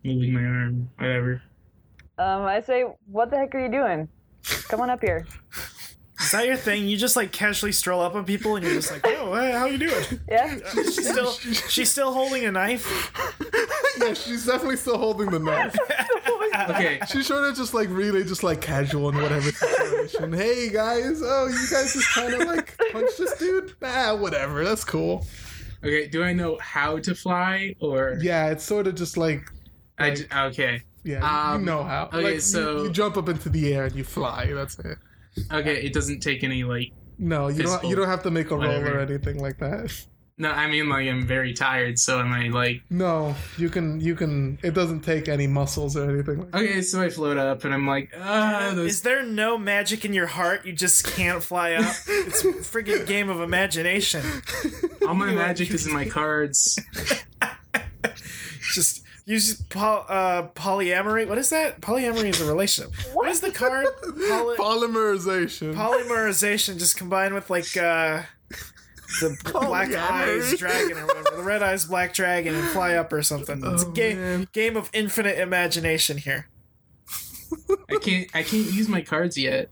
Speaker 3: moving my arm, whatever.
Speaker 4: Um, I say, what the heck are you doing? Come on up here.
Speaker 5: Is that your thing? You just like casually stroll up on people and you're just like, "Yo, hey, how you doing?"
Speaker 4: Yeah.
Speaker 5: She's still she's still holding a knife.
Speaker 2: yeah, she's definitely still holding the knife.
Speaker 3: Okay.
Speaker 2: She's sort of just like really just like casual in whatever situation. hey guys, oh you guys just kind of like punch this dude. Nah, whatever. That's cool.
Speaker 3: Okay, do I know how to fly or
Speaker 2: Yeah, it's sort of just like
Speaker 3: I j- okay.
Speaker 2: yeah,
Speaker 3: Um,
Speaker 2: you know how.
Speaker 3: okay,
Speaker 2: like, you-
Speaker 3: so-
Speaker 2: you, jump up into the air and you fly. That's it.
Speaker 3: Okay, it doesn't take any like
Speaker 2: No, you don't.
Speaker 3: Physical,
Speaker 2: You don't have to make a roll
Speaker 3: whatever.
Speaker 2: or anything like that.
Speaker 3: no, I mean like I'm very tired, so am I like
Speaker 2: No, you can. You can. It doesn't take any muscles or anything. Like
Speaker 3: okay, so I float up and I'm like, ah those
Speaker 5: Is there no magic in your heart? You just can't fly up. It's a friggin' game of imagination.
Speaker 3: all my magic is in my cards.
Speaker 5: Just use poly, uh, polyamory. What is that? Polyamory is a relationship. what is the card? Poly-
Speaker 2: Polymerization.
Speaker 5: polymerization just combined with like uh the black eyes dragon or whatever the red eyes black dragon and fly up or something it's
Speaker 3: Oh,
Speaker 5: a game game of infinite imagination here
Speaker 3: I can't I can't use my cards yet.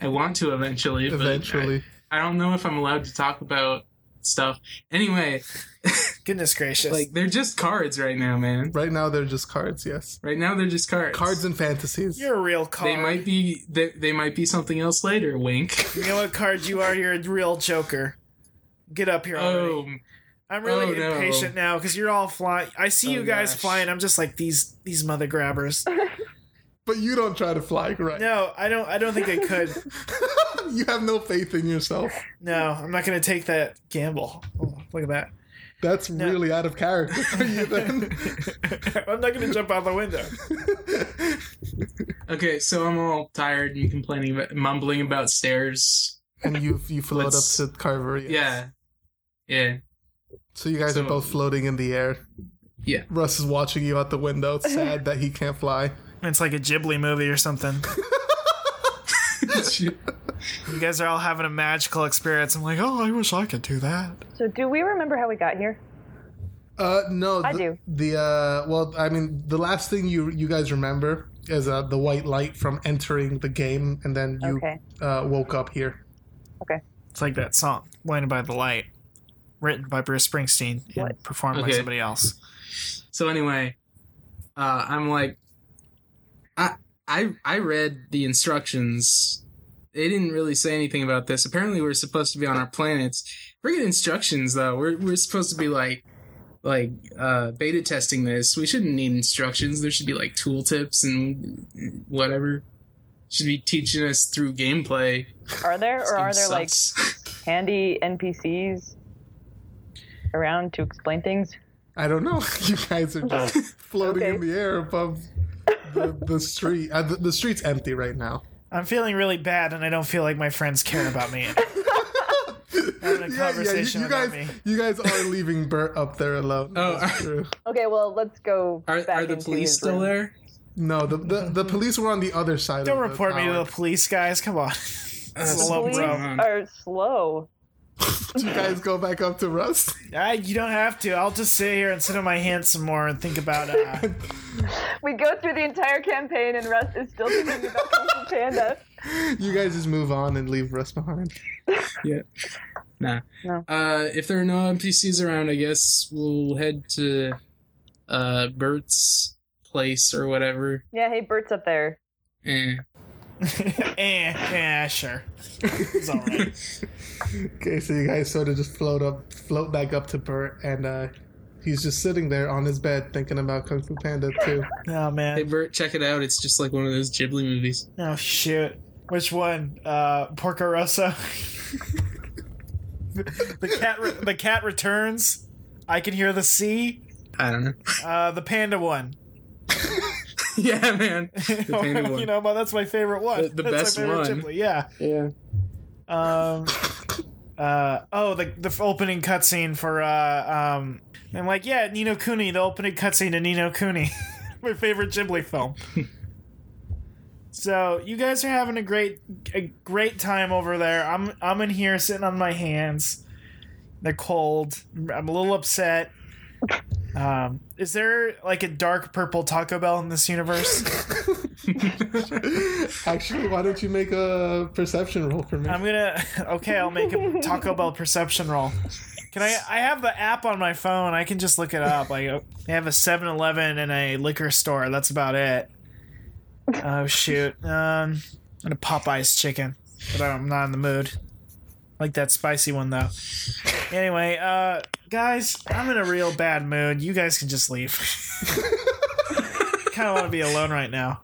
Speaker 3: I want to eventually, but
Speaker 2: Eventually,
Speaker 3: I, I don't know if I'm allowed to talk about stuff. Anyway,
Speaker 5: goodness gracious
Speaker 3: like they're just cards right now, man.
Speaker 2: right now they're just cards. Yes,
Speaker 3: Right now they're just cards.
Speaker 2: cards and fantasies.
Speaker 5: you're a real card
Speaker 3: they might be they, they might be something else later, wink.
Speaker 5: you know what card you are you're a real joker get up here already.
Speaker 3: Oh,
Speaker 5: i'm really
Speaker 3: oh, no.
Speaker 5: impatient now because you're all flying i see
Speaker 3: Oh,
Speaker 5: you guys
Speaker 3: gosh.
Speaker 5: flying i'm just like these these mother grabbers
Speaker 2: but you don't try to fly, right?
Speaker 5: no i don't i don't think i could
Speaker 2: you have no faith in yourself.
Speaker 5: no i'm not gonna take that gamble oh, look at that
Speaker 2: That's really out of character for you. Then
Speaker 5: i'm not gonna jump out the window
Speaker 3: okay, so I'm all tired and complaining about mumbling about stairs.
Speaker 2: and you you float
Speaker 3: Let's-
Speaker 2: up to Carver. yes.
Speaker 3: Yeah. Yeah.
Speaker 2: So you guys
Speaker 3: So-
Speaker 2: are both floating in the air.
Speaker 3: Yeah.
Speaker 2: Russ is watching you out the window. It's sad that he can't fly.
Speaker 5: It's like a Ghibli movie or something. You guys are all having a magical experience. I'm like, oh, I wish I could do that.
Speaker 4: So, do we remember how we got here?
Speaker 2: Uh, no,
Speaker 4: I
Speaker 2: the,
Speaker 4: do.
Speaker 2: The uh, well, I mean, the last thing you you guys remember is uh, the white light from entering the game, and then you
Speaker 4: Okay.
Speaker 2: uh, woke up here.
Speaker 5: It's like that song, Blinded by the Light, written by Bruce Springsteen and performed by
Speaker 3: Okay.
Speaker 5: somebody else.
Speaker 3: So anyway, uh, I'm like, I I I read the instructions. They didn't really say anything about this. Apparently, we're supposed to be on our planets. We're getting instructions though. We're we're supposed to be like like uh, beta testing this. We shouldn't need instructions. There should be like tooltips and whatever. Should be teaching us through gameplay.
Speaker 4: Are there, or are there like
Speaker 3: Sucks.
Speaker 4: handy NPCs around to explain things?
Speaker 2: I don't know. You guys are just floating in
Speaker 4: Okay.
Speaker 2: the air above the, the street. Uh, the, the street's empty right now.
Speaker 5: I'm feeling really bad, and I don't feel like my friends care about me. having a conversation
Speaker 2: you, you
Speaker 5: about
Speaker 2: guys,
Speaker 5: me.
Speaker 2: you guys are leaving Bert up there alone.
Speaker 3: Oh,
Speaker 2: That's
Speaker 3: are-
Speaker 2: true.
Speaker 4: Okay, well, let's go.
Speaker 3: Are,
Speaker 4: back
Speaker 3: are the
Speaker 4: into
Speaker 3: police
Speaker 4: his
Speaker 3: still
Speaker 4: room.
Speaker 3: there?
Speaker 2: No, the, the the police were on the other side.
Speaker 5: Don't
Speaker 2: of the
Speaker 5: report me to
Speaker 2: tower.
Speaker 5: the police, guys. Come on.
Speaker 3: That's
Speaker 5: slow,
Speaker 4: Police
Speaker 5: bro.
Speaker 4: are slow.
Speaker 2: Do you guys go back up to Russ?
Speaker 5: I, Ah, you don't have to. I'll just sit here and sit on my hands some more and think about uh,
Speaker 4: We go through the entire campaign, and Russ is still thinking about Kung Fu Panda.
Speaker 2: You guys just move on and leave Russ behind.
Speaker 3: Yeah. Nah.
Speaker 4: No.
Speaker 3: Uh, if there are no NPCs around, I guess we'll head to uh, Bert's place or whatever.
Speaker 4: Yeah, hey, Bert's up there.
Speaker 3: Eh.
Speaker 5: eh, yeah, sure. It's all right.
Speaker 2: Okay, so you guys sort of just float up, float back up to Bert, and uh, he's just sitting there on his bed thinking about Kung Fu Panda too.
Speaker 5: Oh
Speaker 3: Hey,
Speaker 5: man.
Speaker 3: Bert, check it out. It's just like one of those Ghibli movies.
Speaker 5: Oh shoot. Which one? Uh, Porco Rosso. the cat. Re- the cat returns. I can hear the sea.
Speaker 3: I don't know.
Speaker 5: Uh, the panda one.
Speaker 3: yeah, man. The painted one.
Speaker 5: you know, but that's my favorite one.
Speaker 3: The- the
Speaker 5: that's
Speaker 3: best
Speaker 5: my favorite
Speaker 3: one.
Speaker 5: Ghibli, Yeah.
Speaker 3: yeah.
Speaker 5: Um, uh, oh, the the opening cutscene for uh, um, I'm like, yeah, Nino Cooney. The opening cutscene to Nino Cooney, my favorite Ghibli film. so you guys are having a great a great time over there. I'm I'm in here sitting on my hands. They're cold. I'm a little upset. Um, is there like a dark purple Taco Bell in this universe?
Speaker 2: Actually, why don't you make a perception roll for me?
Speaker 5: I'm gonna. Okay, I'll make a Taco Bell perception roll. Can I? I have the app on my phone. I can just look it up. Like uh, they have a 7-Eleven and a liquor store. That's about it. Oh shoot. Um, and a Popeyes chicken, but I'm not in the mood. Like that spicy one though. Anyway, uh, guys, I'm in a real bad mood. You guys can just leave. kind of want to be alone right now.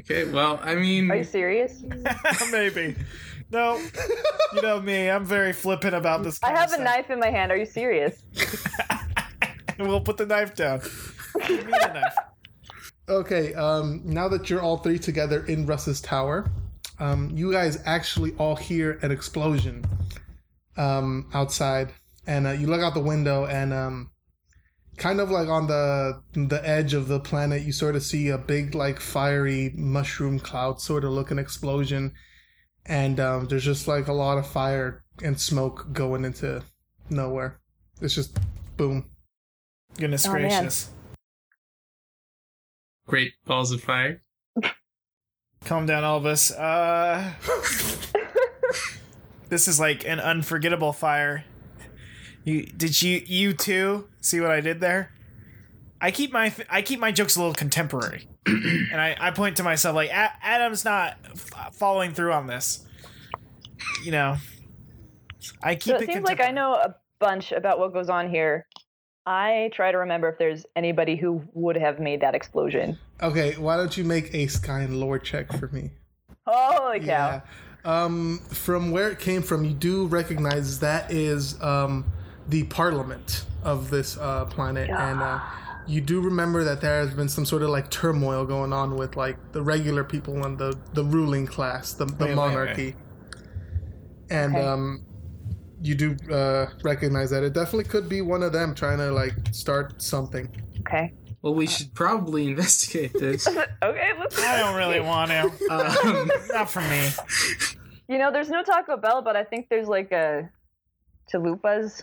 Speaker 3: Okay, well, I mean,
Speaker 4: Are you serious?
Speaker 5: Maybe. No, you know me. I'm very flippant about this.
Speaker 4: I
Speaker 5: kinda
Speaker 4: have a
Speaker 5: stuff.
Speaker 4: knife in my hand. Are you serious?
Speaker 5: We'll put the knife down. Give me the knife.
Speaker 2: Okay, um, now that you're all three together in Russ's tower, um, you guys actually all hear an explosion um, outside, and uh, you look out the window, and um, kind of like on the the edge of the planet, you sort of see a big, like fiery mushroom cloud sort of looking explosion, and um, there's just like a lot of fire and smoke going into nowhere. It's just boom.
Speaker 5: Goodness
Speaker 4: Oh, man.
Speaker 5: gracious.
Speaker 3: great balls of fire.
Speaker 5: Calm down, Elvis. Uh, this is like an unforgettable fire. You did you you too see what I did there? I keep my I keep my jokes a little contemporary, and I, I point to myself like "A- Adam's not f- following through on this. You know, I
Speaker 4: So
Speaker 5: keep
Speaker 4: it
Speaker 5: it
Speaker 4: seems like I know a bunch about what goes on here. I try to remember if there's anybody who would have made that explosion.
Speaker 2: Okay, why don't you make a sky and lore check for me?
Speaker 4: Holy cow.
Speaker 2: Um, from where it came from, you do recognize that is um, the parliament of this uh, planet, and uh, you do remember that there has been some sort of like turmoil going on with like the regular people and the the ruling class, the, the
Speaker 5: wait,
Speaker 2: monarchy, and
Speaker 4: Okay.
Speaker 2: um, you do uh, recognize that it definitely could be one of them trying to like start something.
Speaker 4: Okay.
Speaker 3: Well, we should probably investigate this.
Speaker 4: Okay, let's
Speaker 5: I don't really want to.
Speaker 3: Um,
Speaker 5: Not for me.
Speaker 4: You know, there's no Taco Bell, but I think there's like a chalupas,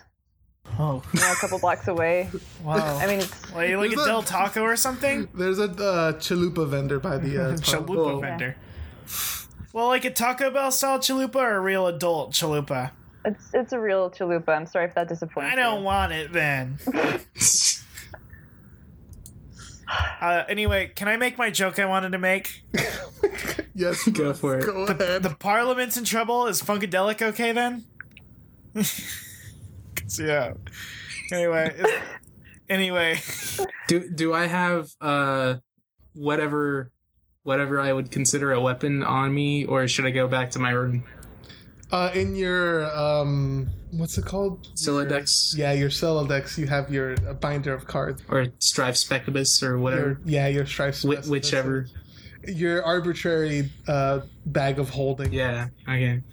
Speaker 5: Oh
Speaker 4: you know, a couple blocks away.
Speaker 5: wow.
Speaker 4: I mean, it's
Speaker 5: Well, you like a
Speaker 2: There's a-
Speaker 5: Del Taco or something?
Speaker 2: There's a uh, chalupa vendor by the uh, parliament.
Speaker 5: Chalupa vendor. Well, like a Taco Bell style chalupa or a real adult chalupa?
Speaker 4: it's it's a real chalupa. I'm sorry if that disappoints.
Speaker 5: I don't
Speaker 4: you.
Speaker 5: want it then. Uh, anyway, can I make my joke I wanted to make?
Speaker 2: Yes,
Speaker 3: Go for it.
Speaker 2: go ahead.
Speaker 5: The Parliament's in trouble. Is Funkadelic okay then? 'Cause, yeah. Anyway. it's- anyway.
Speaker 3: Do do I have uh whatever whatever I would consider a weapon on me, or should I go back to my room?
Speaker 2: Uh, in your um, what's it called?
Speaker 3: Silodex
Speaker 2: Yeah, your Celodex. You have your uh, binder of cards.
Speaker 3: or Strive Specubus or
Speaker 2: Your,
Speaker 3: whatever,
Speaker 2: yeah, your stripes.
Speaker 3: Wh- whichever.
Speaker 2: Your arbitrary uh, bag of holding.
Speaker 3: Yeah. Okay.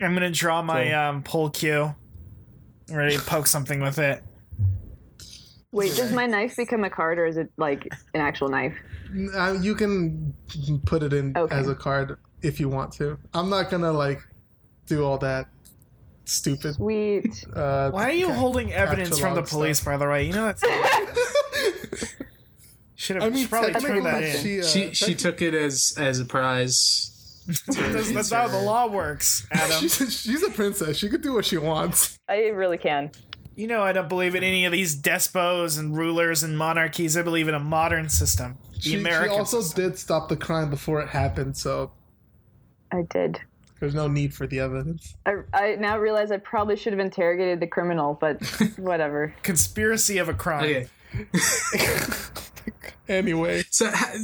Speaker 5: I'm going to draw my
Speaker 3: Cool.
Speaker 5: um, pull cue. I'm ready to poke something with it.
Speaker 4: Wait, does my knife become a card, or is it like an actual knife?
Speaker 2: N- uh, you can put it in
Speaker 4: Okay.
Speaker 2: as a card if you want to. I'm not gonna like do all that stupid.
Speaker 4: Sweet.
Speaker 2: Uh,
Speaker 5: Why are you holding evidence from the
Speaker 2: Catch-along
Speaker 5: police, by the way? You know that's. Should have
Speaker 2: I mean,
Speaker 5: probably turned that
Speaker 2: technically,
Speaker 5: in.
Speaker 2: she, uh,
Speaker 3: She she took it as as a prize. to
Speaker 5: That's, that's how the
Speaker 3: insert.
Speaker 5: law works, Adam.
Speaker 2: she's, she's a princess. She could do what she wants.
Speaker 4: I really can.
Speaker 5: you know I don't believe in any of these despos and rulers and monarchies. I believe in a modern system, the
Speaker 2: She, she
Speaker 5: American.
Speaker 2: also did stop the crime before it happened, so
Speaker 4: I did.
Speaker 2: There's no need for the evidence.
Speaker 4: I, I now realize I probably should have interrogated the criminal, but whatever.
Speaker 5: Conspiracy of a crime.
Speaker 3: Okay.
Speaker 2: Anyway,
Speaker 3: So ha-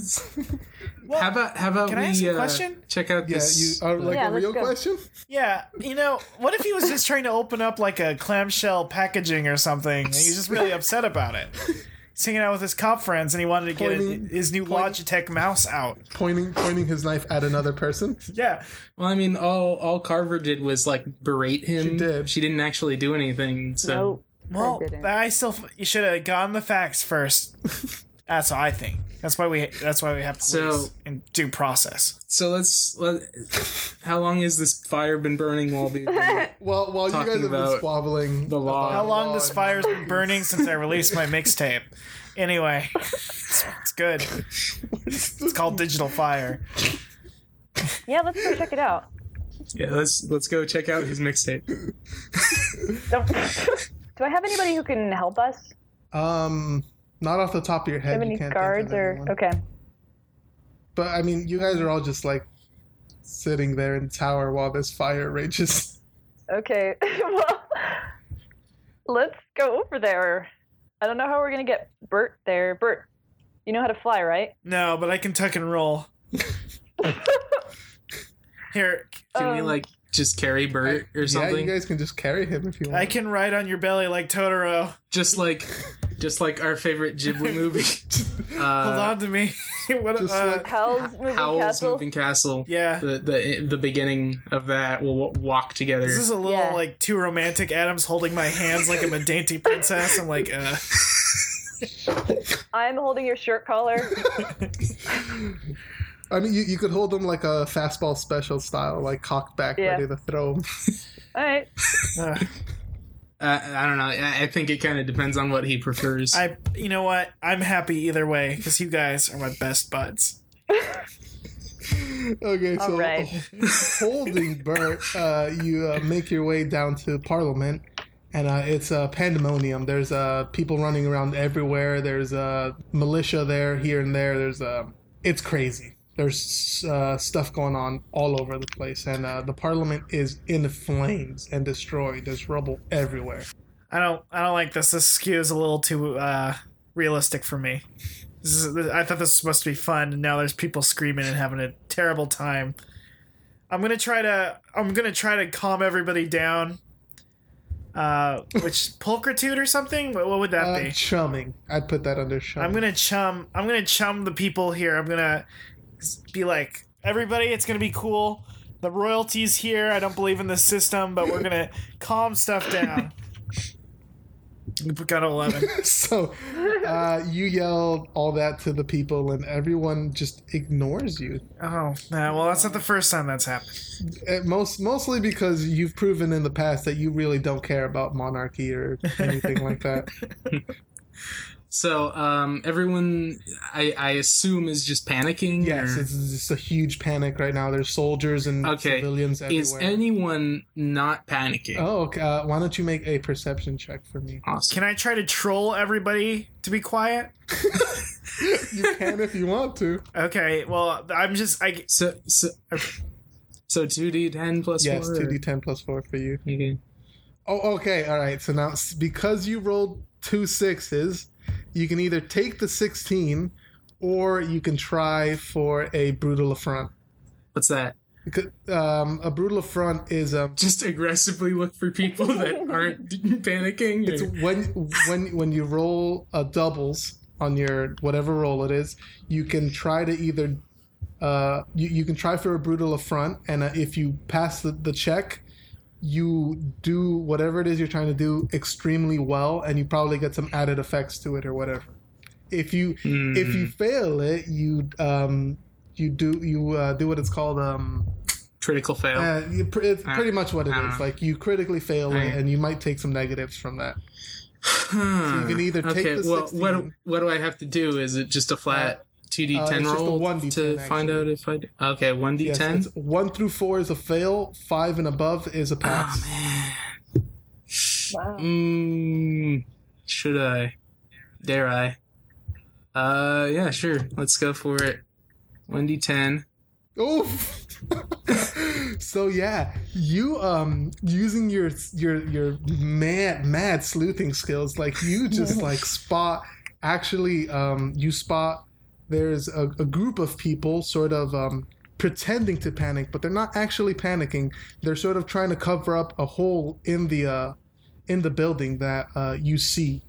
Speaker 3: how about how about
Speaker 5: can
Speaker 3: we
Speaker 5: I ask a
Speaker 3: uh,
Speaker 5: question?
Speaker 3: check out
Speaker 2: yeah, you
Speaker 3: this?
Speaker 2: uh, like
Speaker 4: Yeah,
Speaker 2: a
Speaker 4: let's
Speaker 2: real
Speaker 4: go.
Speaker 2: question?
Speaker 5: Yeah, you know, what if he was just trying to open up like a clamshell packaging or something, and he's just really upset about it? He's hanging out with his cop friends, and he wanted to get
Speaker 2: Pointing-
Speaker 5: his new Logitech mouse out.
Speaker 2: Pointing pointing his knife at another person.
Speaker 5: Yeah,
Speaker 3: well, I mean, all all Carver did was like berate him.
Speaker 2: She did.
Speaker 3: She didn't actually do anything. So
Speaker 4: Nope.
Speaker 5: well,
Speaker 4: didn't.
Speaker 5: I still you should have gotten the facts first. That's what I think. That's why we. That's why we have police
Speaker 3: So-
Speaker 5: and due process.
Speaker 3: so let's let. How long has this fire been burning while the
Speaker 2: Well, while you
Speaker 3: Talking
Speaker 2: guys have been
Speaker 3: about
Speaker 2: squabbling
Speaker 3: the law.
Speaker 2: about
Speaker 5: How long
Speaker 2: law
Speaker 5: this
Speaker 2: and-
Speaker 5: fire's been burning since I released my mixtape? Anyway, it's, it's good. It's called Digital Fire.
Speaker 4: Yeah, let's go check it out.
Speaker 3: Yeah, let's let's go check out his mixtape.
Speaker 4: Don't... Do I have anybody who can help us?
Speaker 2: Um, not off the top of your
Speaker 4: Do you
Speaker 2: head.
Speaker 4: have
Speaker 2: you
Speaker 4: any
Speaker 2: can't think of
Speaker 4: guards or
Speaker 2: anyone.
Speaker 4: okay?
Speaker 2: But I mean, you guys are all just like sitting there in the tower while this fire rages.
Speaker 4: Okay. well, let's go over there. I don't know how we're gonna get Bert there. Bert, you know how to fly, right?
Speaker 5: No, but I can tuck and roll. Here,
Speaker 3: Can we
Speaker 4: Um,
Speaker 3: like just carry Bert or
Speaker 2: Yeah, you
Speaker 3: something?
Speaker 2: guys can just carry him if you want.
Speaker 5: I can ride on your belly like Totoro.
Speaker 3: just like just like our favorite Ghibli movie.
Speaker 5: Hold
Speaker 3: Uh,
Speaker 5: on to me. what?
Speaker 2: Just
Speaker 5: uh,
Speaker 2: like-
Speaker 4: Howl's moving
Speaker 3: Howl's
Speaker 4: castle.
Speaker 3: Moving Castle.
Speaker 5: Yeah.
Speaker 3: The, the the beginning of that. We'll wa- walk together.
Speaker 5: this is a little
Speaker 4: Yeah.
Speaker 5: like too romantic. Adam's holding my hands like I'm a dainty princess. I'm like, uh,
Speaker 4: I'm holding your shirt collar.
Speaker 2: I mean, you, you could hold him like a fastball special style, like cocked back,
Speaker 4: Yeah.
Speaker 2: ready to throw him.
Speaker 4: All right.
Speaker 5: uh,
Speaker 3: uh, I don't know. I, I think it kind of depends on what he prefers.
Speaker 5: I. You know what? I'm happy either way because you guys are my best buds.
Speaker 2: Okay, so oh,
Speaker 4: right.
Speaker 2: holding Bert, uh, you uh, make your way down to Parliament, and uh, it's uh, pandemonium. There's uh, people running around everywhere. There's uh, militia there, here and there. There's uh, it's crazy. There's uh, stuff going on all over the place, and uh, the Parliament is in flames and destroyed. There's rubble everywhere.
Speaker 5: I don't. I don't like this. This skew is a little too uh, realistic for me. This is, I thought this was supposed to be fun, and now there's people screaming and having a terrible time. I'm gonna try to. I'm gonna try to calm everybody down. Uh, which pulchritude or something? What, what would that
Speaker 2: Uh,
Speaker 5: be?
Speaker 2: chumming, I'd put that under chumming.
Speaker 5: I'm gonna chum. I'm gonna chum the people here. I'm gonna s- be like, everybody, it's gonna be cool. The royalty's here. I don't believe in this system, but we're gonna calm stuff down. We Got an eleven.
Speaker 2: so uh, you yell all that to the people, and everyone just ignores you.
Speaker 5: Oh, nah, well, that's not the first time that's happened.
Speaker 2: Uh, most mostly because you've proven in the past that you really don't care about monarchy or anything like that.
Speaker 3: so um, everyone, I, I assume, is just panicking.
Speaker 2: Yes,
Speaker 3: or-
Speaker 2: it's just a huge panic right now. There's soldiers and
Speaker 3: okay.
Speaker 2: civilians everywhere.
Speaker 3: Is anyone not panicking?
Speaker 2: oh, okay. Uh, why don't you make a perception check for me?
Speaker 3: Awesome.
Speaker 5: Can I try to troll everybody to be quiet?
Speaker 2: You can if you want to.
Speaker 5: Okay, well, I'm just I
Speaker 3: So so so two d ten plus
Speaker 2: Yes,
Speaker 3: four.
Speaker 2: two d ten plus four for you.
Speaker 3: Okay.
Speaker 2: Oh, okay. All right. So now, s- because you rolled two sixes, you can either take the 16 or you can try for a brutal affront.
Speaker 3: What's that?
Speaker 2: Because, Um, a brutal affront is um,
Speaker 3: Just aggressively look for people that aren't panicking.
Speaker 2: it's
Speaker 3: or-
Speaker 2: when when when you roll uh, doubles on your whatever roll it is, you can try to either uh, you, you can try for a brutal affront, and uh, if you pass the, the check, you do whatever it is you're trying to do extremely well, and you probably get some added effects to it or whatever. If you if
Speaker 3: Hmm.
Speaker 2: you fail it, you um, you do you uh, do what it's called um,
Speaker 3: critical fail.
Speaker 2: uh, you pr- it's
Speaker 3: Uh,
Speaker 2: pretty much what it
Speaker 3: I don't
Speaker 2: is.
Speaker 3: know.
Speaker 2: Like you critically fail
Speaker 3: Right.
Speaker 2: it, and you might take some negatives from that.
Speaker 3: Hmm.
Speaker 2: you can either take
Speaker 3: okay,
Speaker 2: the
Speaker 3: well, what
Speaker 2: 16.
Speaker 3: what do I have to do? Is it just a flat two d
Speaker 2: uh, it's
Speaker 3: ten
Speaker 2: just a
Speaker 3: roll
Speaker 2: 1d10
Speaker 3: to find
Speaker 2: actually.
Speaker 3: out if I do? okay one d
Speaker 2: Yes,
Speaker 3: ten?
Speaker 2: it's one through four is a fail. Five and above is a pass.
Speaker 3: Mm, should I? Dare I? Uh, yeah, sure. Let's go for it. One d ten.
Speaker 2: Oof. so yeah, you um using your your your mad mad sleuthing skills, like you just like spot actually um you spot there's a, a group of people sort of um pretending to panic, but they're not actually panicking. They're sort of trying to cover up a hole in the uh in the building that uh you see.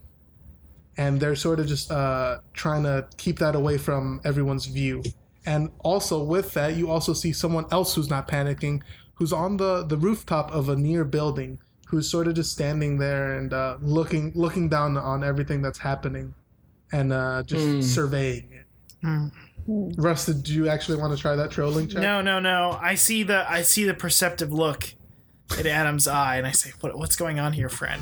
Speaker 2: And they're sort of just uh trying to keep that away from everyone's view. And also with that, you also see someone else who's not panicking, who's on the, the rooftop of a near building, who's sort of just standing there and uh, looking looking down on everything that's happening, and uh, just surveying it. Russ, did you actually want to try that trolling check?
Speaker 5: No, no, no. I see the I see the perceptive look in Adam's eye, and I say, what, "What's going on here, friend?"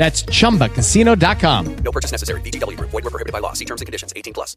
Speaker 6: That's chumbacasino.com.
Speaker 7: No purchase necessary. VGW Group. Void where prohibited by law. See terms and conditions. 18 plus.